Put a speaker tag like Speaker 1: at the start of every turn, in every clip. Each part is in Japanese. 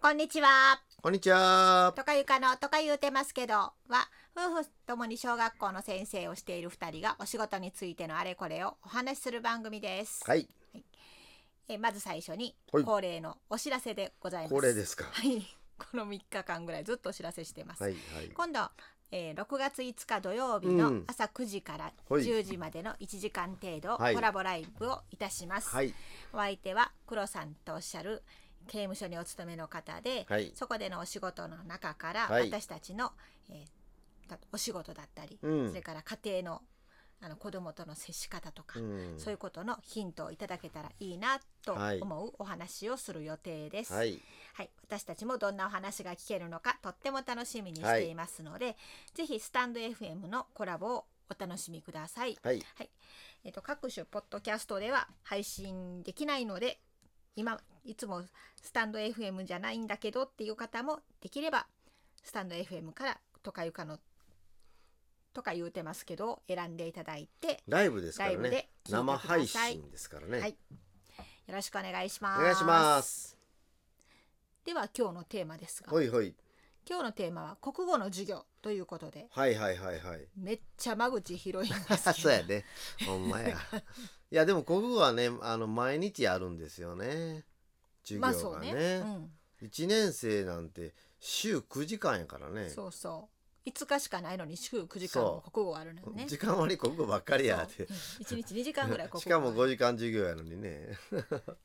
Speaker 1: こんにちは。
Speaker 2: こんにちは。
Speaker 1: とかゆかのとか言うてますけどは夫婦ともに小学校の先生をしている2人がお仕事についてのあれこれをお話しする番組です。
Speaker 2: はい、
Speaker 1: えまず最初に
Speaker 2: はい
Speaker 1: 恒例のお知らせでございます。
Speaker 2: 恒例ですか。
Speaker 1: はい、この3日間ぐらいずっとお知らせしてます。
Speaker 2: はい、はい。
Speaker 1: 今度、えー6月5日土曜日
Speaker 2: う
Speaker 1: の
Speaker 2: ん
Speaker 1: 朝9時から
Speaker 2: はい
Speaker 1: 10時までの1時間程度、
Speaker 2: はい
Speaker 1: コラボライブをいたします。
Speaker 2: はい、
Speaker 1: お相手は黒さんとおっしゃる刑務所にお勤めの方で、
Speaker 2: はい。
Speaker 1: そこでのお仕事の中から
Speaker 2: はい
Speaker 1: 私たちの、えーだお仕事だったり、
Speaker 2: うん
Speaker 1: それから家庭のあの子供との接し方とか、
Speaker 2: うん
Speaker 1: そういうことのヒントをいただけたらいいなと
Speaker 2: はい
Speaker 1: 思うお話をする予定です。
Speaker 2: はい、
Speaker 1: はい、私たちもどんなお話が聞けるのかとっても楽しみにしていますので、ぜひスタンド FM のコラボをお楽しみください。
Speaker 2: はい、
Speaker 1: えっと各種ポッドキャストでは配信できないので、今いつもスタンド FM じゃないんだけどっていう方もできればスタンド FM からとかゆかのとか言うてますけど選んでいただいて
Speaker 2: ライブですか
Speaker 1: ライ
Speaker 2: ら
Speaker 1: ブ
Speaker 2: ね
Speaker 1: で。聞いてください
Speaker 2: 生配信ですからね。
Speaker 1: はいよろしくお願いしま
Speaker 2: お
Speaker 1: す。
Speaker 2: 願いします。
Speaker 1: では今日のテーマですが、
Speaker 2: ほいほい。
Speaker 1: 今日のテーマは国語の授業ということで。
Speaker 2: はい、はい、はい、はい。
Speaker 1: めっちゃ間口広いん ですけど
Speaker 2: そうやね。ほんまや。いや、でも、国語はね、あの、毎日あるんですよね。授
Speaker 1: まあ
Speaker 2: 業
Speaker 1: そう
Speaker 2: が
Speaker 1: ね
Speaker 2: ね。一年生なんて、週九時間やから
Speaker 1: うん、
Speaker 2: ね。
Speaker 1: そうそう5日しかないのに週9時間も国語あるのよね
Speaker 2: 時間割り国語ばっかりや
Speaker 1: そう
Speaker 2: で
Speaker 1: うん一日2時間ぐらい国
Speaker 2: しかも
Speaker 1: 語
Speaker 2: 5時間授業やのにね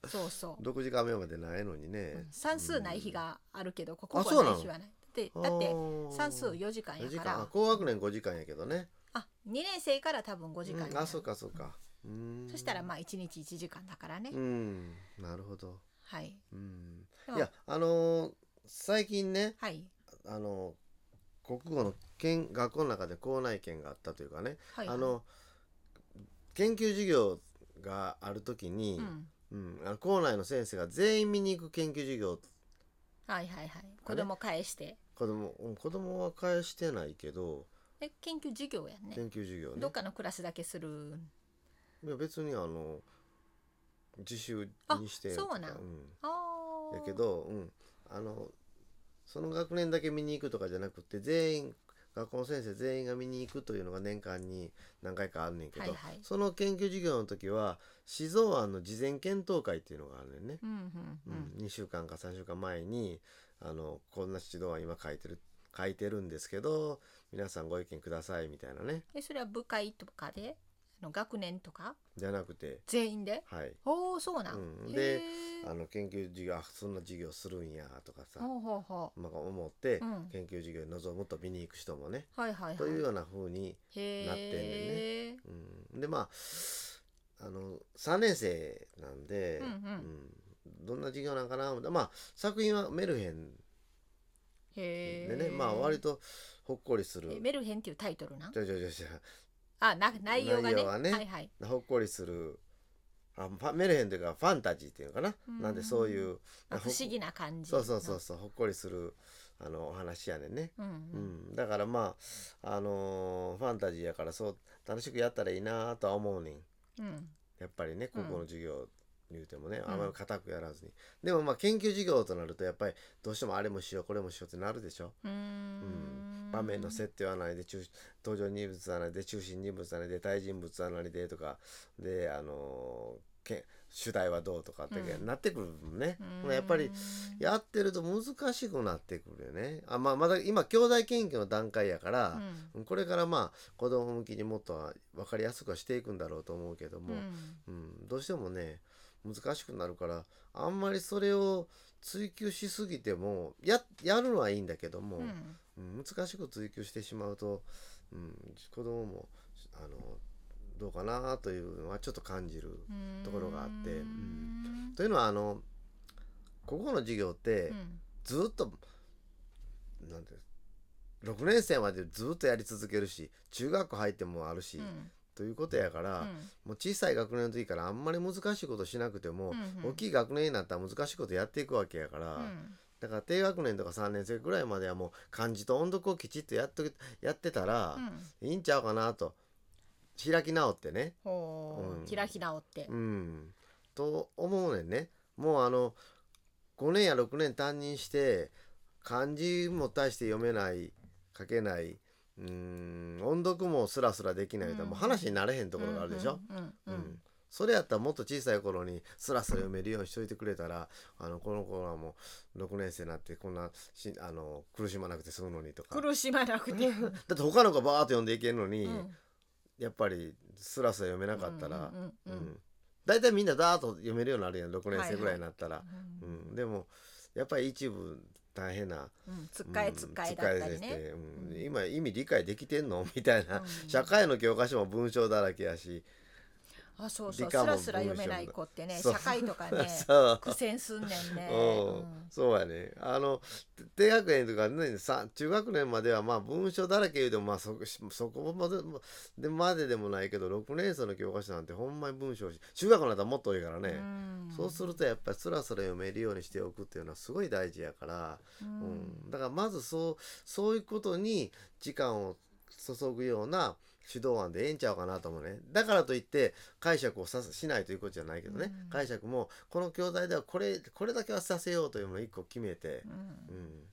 Speaker 1: そうそう、
Speaker 2: 6時間目までないのにね、
Speaker 1: うん算数ない日があるけど国
Speaker 2: あそ
Speaker 1: 語
Speaker 2: うな
Speaker 1: は
Speaker 2: の
Speaker 1: ない日はないで
Speaker 2: うん
Speaker 1: だっ
Speaker 2: あ
Speaker 1: て
Speaker 2: ー
Speaker 1: 算数4時間や
Speaker 2: 四時
Speaker 1: か
Speaker 2: 間あ
Speaker 1: ら
Speaker 2: 高学年5時間やけどね
Speaker 1: あ2年生から多分5時間にな
Speaker 2: う
Speaker 1: んる
Speaker 2: あそうかそうかうーん
Speaker 1: そしたらまあ1日1時間だからね、
Speaker 2: うんなるほど
Speaker 1: はい
Speaker 2: うん
Speaker 1: でも
Speaker 2: いやあのー最近ね
Speaker 1: はい
Speaker 2: あのー国語の県学校の中で校内研があったというかね、
Speaker 1: はい
Speaker 2: あの研究授業がある時に
Speaker 1: う、ん
Speaker 2: うんあの校内の先生が全員見に行く研究授業
Speaker 1: はいはいはい子供返して
Speaker 2: 子供うん子供は返してないけど
Speaker 1: で研究授業やんね
Speaker 2: 研究授業ね
Speaker 1: どっかのクラスだけする
Speaker 2: いや別にあの自習にして
Speaker 1: あそうなん
Speaker 2: とかん
Speaker 1: あー
Speaker 2: やけど、うん、あのその学年だけ見に行くとかじゃなくて全員学校の先生全員が見に行くというのが年間に何回かあんねんけど、
Speaker 1: はいはい
Speaker 2: その研究授業の時は静岡案の事前検討会っていうのがあるねんね、
Speaker 1: うんうんう
Speaker 2: うんん2週間か3週間前にあのこんな指導案今書いてる書いてるんですけど皆さんご意見くださいみたいなね
Speaker 1: えそれは部会とかであの学年とか
Speaker 2: じゃなくて
Speaker 1: 全員で
Speaker 2: はい
Speaker 1: おおそうなん、
Speaker 2: う
Speaker 1: へ
Speaker 2: ん
Speaker 1: ー
Speaker 2: であの研究授業あそんな授業するんやとかさ、
Speaker 1: ほうほうほ
Speaker 2: まあ、思って
Speaker 1: うん
Speaker 2: 研究授業に臨むと見に行く人もね、
Speaker 1: うはいはいはい
Speaker 2: というような風に、
Speaker 1: へー
Speaker 2: なってんねうん、でまああの3年生なんで、
Speaker 1: うんうん
Speaker 2: うんどんな授業なんかな思ってまあ作品はメルヘン
Speaker 1: へ
Speaker 2: で
Speaker 1: ー
Speaker 2: ね、まあ割とほっこりする
Speaker 1: えメルヘンっていうタイトルなん
Speaker 2: ちょちょちょちょ
Speaker 1: あな内容がね
Speaker 2: 内容はね
Speaker 1: はいはい
Speaker 2: ほっこりするあファメルヘンというかファンタジーっていうのかな、
Speaker 1: うん
Speaker 2: なんでそういう
Speaker 1: まあ
Speaker 2: ほ
Speaker 1: 不思議な感じ
Speaker 2: そうそうそうそうほっこりするあのお話やねんね。
Speaker 1: うん
Speaker 2: う
Speaker 1: うん
Speaker 2: ん、だからまああのーファンタジーやからそう楽しくやったらいいなとは思うねん
Speaker 1: うん
Speaker 2: やっぱりね
Speaker 1: うん
Speaker 2: 高校の授業言うてもね、
Speaker 1: ん
Speaker 2: あまり固くやらずにでもまあ研究授業となるとやっぱりどうしてもあれもしようこれもしようってなるでしょ
Speaker 1: うーん
Speaker 2: 場面の設定はないで中登場人物はないで中心人物はないで対人物はないでとかであのーけ主題はどうとかって、
Speaker 1: うん
Speaker 2: なってくるもんね
Speaker 1: う、
Speaker 2: ほ
Speaker 1: ーん
Speaker 2: なやっぱりやってると難しくなってくるよねあまあまだ今兄弟研究の段階やから、
Speaker 1: うん
Speaker 2: これからまあ子供向きにもっとは分かりやすくはしていくんだろうと思うけども、
Speaker 1: う
Speaker 2: うん
Speaker 1: ん
Speaker 2: どうしてもね難しくなるからあんまりそれを追求しすぎてもややるのはいいんだけども、
Speaker 1: うん
Speaker 2: うん難しく追求してしまうと、うん、子供もあのどうかなというのはちょっと感じる。
Speaker 1: うーん
Speaker 2: ところがあってうん
Speaker 1: うん
Speaker 2: というのはあのここの授業って
Speaker 1: うん
Speaker 2: ずっと、なんていうの6年生までずっとやり続けるし中学校入ってもあるし、
Speaker 1: うん
Speaker 2: ということやから、もう小さい学年の時からあんまり難しいことしなくても、
Speaker 1: うん
Speaker 2: 大きい学年になったら難しいことやっていくわけやから、
Speaker 1: うん
Speaker 2: だから低学年とか3年生ぐらいまではもう漢字と音読をきちっとやっとやってたら
Speaker 1: う、ん
Speaker 2: いいんちゃうかなと開き直ってね、
Speaker 1: ほ
Speaker 2: うん
Speaker 1: う開き直って
Speaker 2: うん、と思うねんね。もうあの5年や6年担任して漢字も大して読めない書けないうーん音読もスラスラできないと、
Speaker 1: うん
Speaker 2: もう話になれへんところがあるでしょ、
Speaker 1: うんう
Speaker 2: うん
Speaker 1: うん
Speaker 2: ん、それやったらもっと小さい頃にスラスラ読めるようにしといてくれたらあのこの子はもう6年生になってこんなしあの苦しまなくて済むのにとかだ
Speaker 1: 苦しまなくて、
Speaker 2: って他の子バーッと読んでいけるのに、
Speaker 1: うん
Speaker 2: やっぱりスラスラ読めなかったら
Speaker 1: うんうんうんうん
Speaker 2: うん大体みんなダーッと読めるようになるやん6年生ぐらいになったら、
Speaker 1: う
Speaker 2: うん、でもやっぱり一部大変な
Speaker 1: うんつっかえつっかえだったりね、
Speaker 2: うん
Speaker 1: うん
Speaker 2: 今意味理解できてんのみたいな、
Speaker 1: うん
Speaker 2: 社会の教科書も文章だらけやし、
Speaker 1: あそうそう
Speaker 2: 理
Speaker 1: ス
Speaker 2: 科も
Speaker 1: ラスラ読めない子ってね
Speaker 2: 文
Speaker 1: 社
Speaker 2: 章も
Speaker 1: 会とか ね
Speaker 2: そう
Speaker 1: 苦戦すんねんね、
Speaker 2: うんそうやねあの低学年とかねさ中学年まではまあ文章だらけ言うてもまあそそこまででまででもないけど6年生の教科書なんてほんまに文章し中学になったらもっと多いから
Speaker 1: うん
Speaker 2: ね、そうするとやっぱりスラスラ読めるようにしておくっていうのはすごい大事やから、
Speaker 1: う
Speaker 2: うんん、だからまずそうそういうことに時間を注ぐような指導案でええんちゃうかなと思うねだからといって解釈をさせしないということじゃないけどね、
Speaker 1: うん
Speaker 2: 解釈もこの教材ではこれこれだけはさせようというのを一個決めて
Speaker 1: う、ん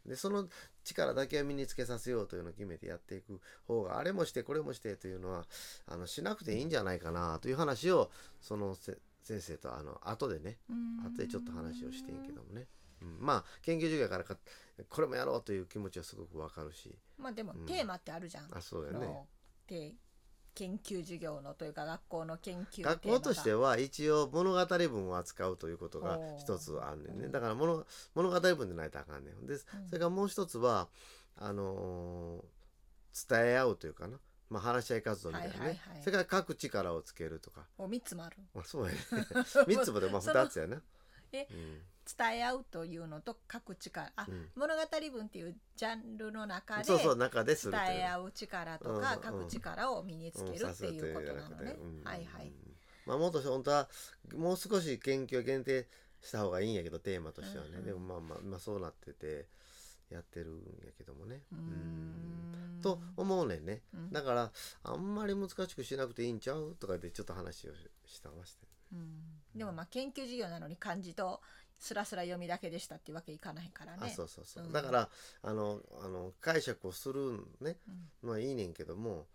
Speaker 2: うん、でその力だけは身につけさせようというのを決めてやっていく方があれもしてこれもしてというのはあのしなくていいんじゃないかなという話をそのせ先生とあの後でね
Speaker 1: うん
Speaker 2: 後でちょっと話をしてんけどもね、うん、まあ研究授業やからかこれもやろうという気持ちはすごくわかるし
Speaker 1: まあでも
Speaker 2: うん
Speaker 1: テーマってあるじゃん、
Speaker 2: あそうや
Speaker 1: あ
Speaker 2: ね
Speaker 1: ので研究授業のというか学校の研究
Speaker 2: 学校として
Speaker 1: は
Speaker 2: は一応物語文を扱うということが一つあんねん
Speaker 1: お
Speaker 2: ね
Speaker 1: ー
Speaker 2: だから物物語文でないとあかんねんでそ
Speaker 1: うん
Speaker 2: れからもう一つはあのー伝え合うというかな、まあ、話し合い活動みたいなね、
Speaker 1: はいはいはい
Speaker 2: それから書く力をつけるとか、
Speaker 1: お三つもある
Speaker 2: ま あ、そうやね三つもでまあ
Speaker 1: その
Speaker 2: 二つやな、
Speaker 1: え
Speaker 2: う
Speaker 1: 伝え合うというのと各力あ、
Speaker 2: んうん
Speaker 1: 物語文っていうジャンルの中で
Speaker 2: そうそう中です
Speaker 1: 伝
Speaker 2: るという
Speaker 1: え合う力とか
Speaker 2: うんうん
Speaker 1: 各力を身につけるっていうことなのね。はいはい。
Speaker 2: まあもっと本当はもう少し研究を限定した方がいいんやけどテーマとしてはね、
Speaker 1: うんうん
Speaker 2: でもまあまあまあそうなっててやってるんやけどもね。
Speaker 1: うー
Speaker 2: うん
Speaker 1: ん
Speaker 2: と思うねんね。
Speaker 1: うん
Speaker 2: だからあんまり難しくしなくていいんちゃうとかでちょっと話をしたまして。
Speaker 1: うんでもまあ研究授業なのに漢字とスラスラ読みだけでしたっていうわけいかないから
Speaker 2: あ
Speaker 1: ね。
Speaker 2: そうそうそう。
Speaker 1: うん
Speaker 2: だからあのあの解釈をするんね
Speaker 1: うん
Speaker 2: まあいいねんけども、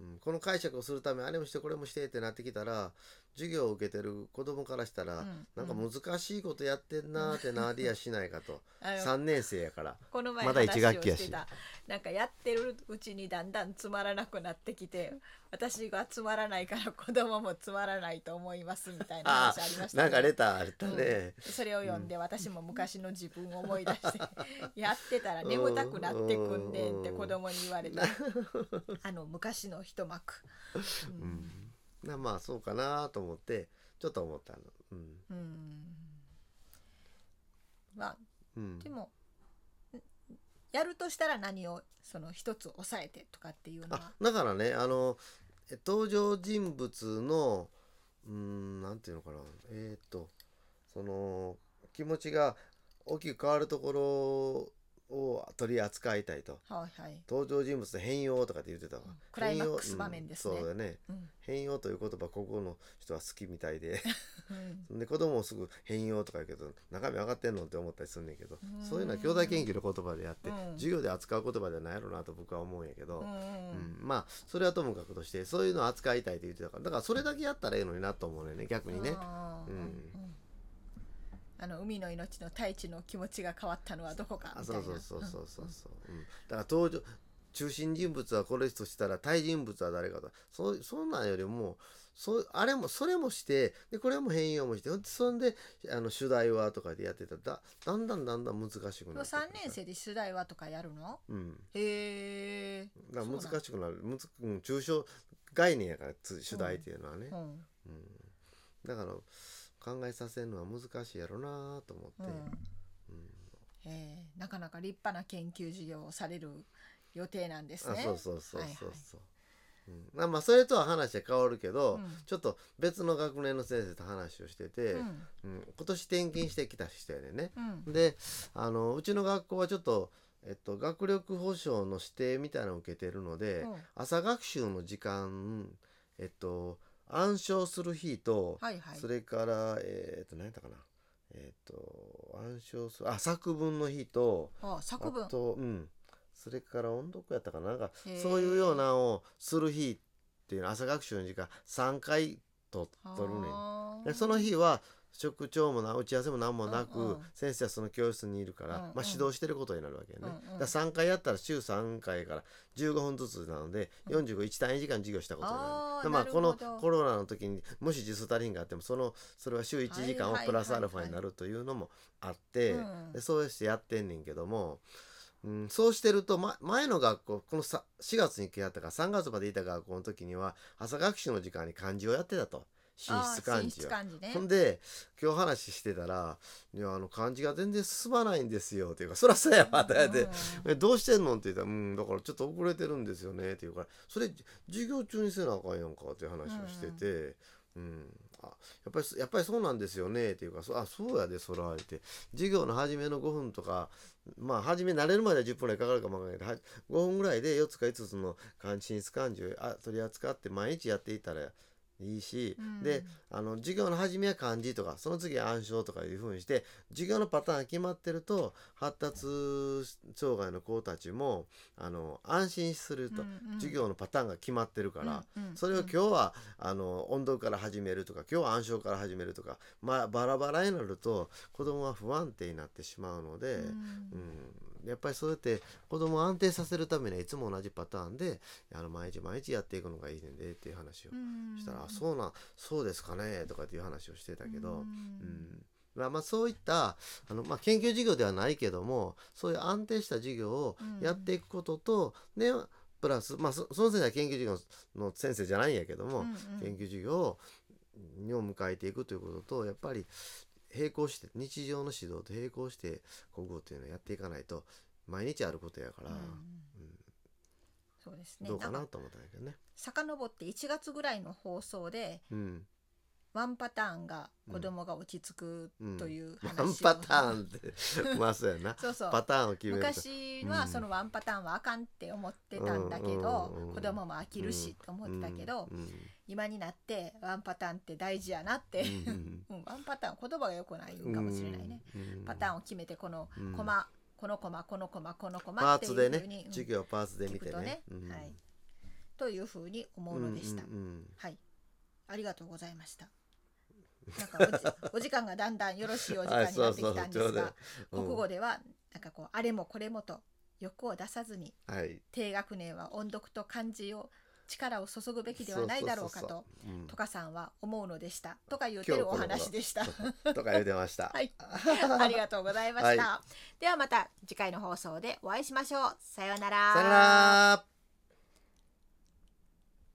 Speaker 2: うん、この解釈をするためあれもしてこれもしてってなってきたら授業を受けてる子供からしたら、
Speaker 1: うん
Speaker 2: なんか難しいことやってんなーってなりやしないかと
Speaker 1: あの
Speaker 2: 3年生やから
Speaker 1: この前
Speaker 2: まだ一
Speaker 1: 話を
Speaker 2: 学
Speaker 1: し
Speaker 2: 期やして
Speaker 1: たなんかやってるうちにだんだんつまらなくなってきて私がつまらないから子供もつまらないと思いますみたいな
Speaker 2: あ
Speaker 1: 話ありまし
Speaker 2: あ
Speaker 1: た
Speaker 2: なんかレターあったね、
Speaker 1: それを読んで私も昔の自分を思い出してやってたら眠たくなってくんねんって子供に言われてあの昔の一幕
Speaker 2: うんなまあそうかなと思ってちょっと思ったのうん、
Speaker 1: うん、うんまあ
Speaker 2: うん、
Speaker 1: でもんやるとしたら何をその一つ抑えてとかっていうのは
Speaker 2: あだからねあのえ登場人物のうーんなんていうのかなえーっとその気持ちが大きく変わるところを取り扱いたいと
Speaker 1: はいはい、
Speaker 2: 登場人物の変容とかって言ってたわ、
Speaker 1: うんクライマックス場面ですね
Speaker 2: 変容うんそうだね
Speaker 1: うん
Speaker 2: 変容という言葉ここの人は好きみた いで
Speaker 1: うん
Speaker 2: で子供もすぐ変容とか言うけど中身上がってんのって思ったりすんねんけど
Speaker 1: うん
Speaker 2: そういうのは兄弟研究の言葉であって、
Speaker 1: うん
Speaker 2: 授業で扱う言葉ではないやろうなと僕は思うんやけど、
Speaker 1: うんうん
Speaker 2: うんまあそれはともかくとしてそういうのを扱いたいと言ってたからだからそれだけやったらええのになと思うのよね逆にね。
Speaker 1: あー
Speaker 2: うん
Speaker 1: うんあの海の命の太一の気持ちが変わったのはどこか
Speaker 2: あ
Speaker 1: み
Speaker 2: そ
Speaker 1: たいうな
Speaker 2: そうそうそうそうそう、うん、だから登場中心人物はこれとしたら対人物は誰かとそうそんなんよりもそうあれもそれもしてでこれも変容もしてそんであの主題はとかでやってたらだだんだんだんだん難しくなってく
Speaker 1: うん
Speaker 2: る
Speaker 1: もう三年生で主題はとかやるの
Speaker 2: うん
Speaker 1: へえ、
Speaker 2: だから
Speaker 1: そうなん
Speaker 2: 難しくなるむつ、うん、抽象概念やからつ主題っていうのはね
Speaker 1: う、ん
Speaker 2: うんだから考えさせるのは難しいやろなと思っ
Speaker 1: う
Speaker 2: て、
Speaker 1: んへえなかなか立派な研究授業をされる予定なんですね
Speaker 2: あそうそうそうそうそう、
Speaker 1: はいはい
Speaker 2: うんまあ、まあそれとは話は変わるけど、
Speaker 1: うん
Speaker 2: ちょっと別の学年の先生と話をしてて、
Speaker 1: うん
Speaker 2: うん今年転勤してきた人やでね、
Speaker 1: うん
Speaker 2: であのうちの学校はちょっと、えっと、学力保障の指定みたいなのを受けてるので、
Speaker 1: うん
Speaker 2: 朝学習の時間えっと暗唱する日と、
Speaker 1: はいはい
Speaker 2: それからえーっと何やったかなええっ、と暗唱するあ作文の日と
Speaker 1: あ作文
Speaker 2: あとうんそれから音読やったかななんか
Speaker 1: へー
Speaker 2: そういうようなのをする日っていうの朝学習の時間3回と取るねん
Speaker 1: あー
Speaker 2: でその日は職長もな打ち合わせも何もなく、
Speaker 1: うんうん
Speaker 2: 先生はその教室にいるから、
Speaker 1: うんうん
Speaker 2: まあ、指導してることになるわけよね、
Speaker 1: うんうん
Speaker 2: だ3回やったら週3回から15分ずつなので451単位時間授業したことになる,、
Speaker 1: あー
Speaker 2: まあ
Speaker 1: なるほ
Speaker 2: この
Speaker 1: ど
Speaker 2: コロナの時にもし時数足りんがあってもそのそれは週1時間
Speaker 1: はいはいは
Speaker 2: を
Speaker 1: いはい
Speaker 2: プラスアルファになるというのもあって、
Speaker 1: うん
Speaker 2: でそうしてやってんねんけども、うん、そうしてると、ま、前の学校このさ4月に来やったから3月までいた学校の時には朝学習の時間に漢字をやってたと寝
Speaker 1: あ
Speaker 2: 室
Speaker 1: ー
Speaker 2: 漢
Speaker 1: 寝
Speaker 2: 字
Speaker 1: 室
Speaker 2: を。
Speaker 1: 漢字ね
Speaker 2: ほんで今日話してたら「いやあの漢字が全然進まないんですよ」っていうか「そらそうやわ」とか言って「えどうしてんの?」って言ったら「うんだからちょっと遅れてるんですよね」って言うから「それじ授業中にせなあかんやんか」っていう話をしてて「うん、あやっぱりそやっぱりそうなんですよね」っていうから「そあそうやでそら」って授業の初めの5分とかまあ初め慣れるまでは10分ぐらいかかるかもわかんないけどは5分ぐらいで4つか5つの漢字質漢字をあ取り扱って毎日やっていったらいいし、
Speaker 1: うん
Speaker 2: であの授業の初めは漢字とかその次は暗唱とかいうふうにして授業のパターンが決まってると発達障害の子たちもあの安心すると、
Speaker 1: うんうん
Speaker 2: 授業のパターンが決まってるから。
Speaker 1: うんうん
Speaker 2: それを今日は、あの音読から始めるとか今日は暗唱から始めるとか、まあ、バラバラになると子供は不安定になってしまうので、
Speaker 1: うん
Speaker 2: うん、やっぱりそうやって子供を安定させるためにはいつも同じパターンであの毎日毎日やっていくのがいいねんでっていう話を
Speaker 1: うん
Speaker 2: したら「あそうなんそうですかね」とかっていう話をしてたけど、
Speaker 1: う
Speaker 2: うんんまあ、まあそういったあの、まあ、研究授業ではないけどもそういう安定した授業をやっていくことと、ねプラス、まあ、そその先生は研究授業の先生じゃないんやけども、
Speaker 1: うん
Speaker 2: 研究授業をにを迎えていくということとやっぱり並行して日常の指導と並行して国語というのをやっていかないと毎日あることやから、
Speaker 1: うん
Speaker 2: ん
Speaker 1: そうですね
Speaker 2: どうか
Speaker 1: な
Speaker 2: なん
Speaker 1: か
Speaker 2: と思ったんやけどね。
Speaker 1: 遡って1月ぐらいの放送で
Speaker 2: うん、
Speaker 1: ワンパターンが子供が落ち着くという話を、
Speaker 2: ワンパターンってまあそうやな
Speaker 1: そうそう
Speaker 2: パターンを決めると
Speaker 1: 昔はそのワンパターンはあかんって思ってたんだけど、
Speaker 2: うんうんうん
Speaker 1: 子供も飽きるしと思ってたけど、
Speaker 2: うんうん
Speaker 1: 今になってワンパターンって大事やなって、
Speaker 2: うんう
Speaker 1: う
Speaker 2: ん
Speaker 1: ん、ワンパターン言葉が良くないかもしれないね、
Speaker 2: うん
Speaker 1: パターンを決めてこの
Speaker 2: うん
Speaker 1: コマ、このコマこのコマこのコマ
Speaker 2: パ
Speaker 1: っ
Speaker 2: ー
Speaker 1: てい
Speaker 2: ツ
Speaker 1: う
Speaker 2: で
Speaker 1: ふうに
Speaker 2: ね、
Speaker 1: うん
Speaker 2: 授業はパーツで見
Speaker 1: 聞く
Speaker 2: て
Speaker 1: とね
Speaker 2: ね。うん
Speaker 1: はい、というふうに思うのでした、
Speaker 2: うんうん
Speaker 1: はいありがとうございましたなんかおじお時間がだんだんよろしいお時間になってきたんで
Speaker 2: あそうそうそうちょ
Speaker 1: す
Speaker 2: うど
Speaker 1: が
Speaker 2: うん
Speaker 1: 国語ではなんかこうあれもこれもと欲を出さずに
Speaker 2: はい。
Speaker 1: 低学年は音読と漢字を力を注ぐべきではないだろうか
Speaker 2: そ
Speaker 1: と
Speaker 2: そうそうそう。うん
Speaker 1: とかさんは思うのでしたとか言ってるお話でした。
Speaker 2: とか言うてました。
Speaker 1: はい、ありがとうございました。
Speaker 2: は
Speaker 1: ではまた次回の放送でお会いしましょう。さようなら。
Speaker 2: さよなら。